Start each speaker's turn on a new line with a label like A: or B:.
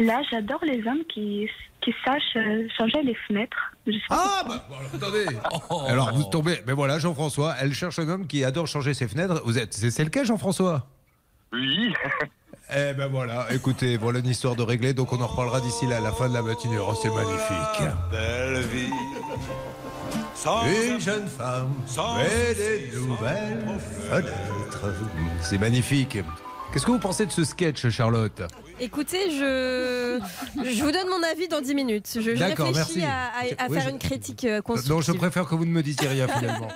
A: Là, j'adore les hommes qui, qui sachent euh, changer les fenêtres. Je sais pas
B: Ah bah, bon, alors, attendez. Alors vous tombez. Mais voilà, Jean-François, elle cherche un homme qui adore changer ses fenêtres. Vous êtes, c'est c'est le cas, Jean-François
C: Oui.
B: Eh ben voilà. Écoutez, voilà une histoire de régler. Donc on en reparlera d'ici là, à la fin de la matinée. Oh, c'est magnifique.
D: Belle vie. Sans
B: Une jeune femme et des nouvelles fenêtres. C'est magnifique. Qu'est-ce que vous pensez de ce sketch, Charlotte
E: Écoutez, je, je vous donne mon avis dans 10 minutes. Je, je
B: D'accord,
E: réfléchis
B: merci.
E: à, à- à
B: Oui,
E: faire
B: je-
E: une critique
B: Non,
E: euh,
B: je
E: constructive.
B: préfère que vous ne me disiez rien finalement.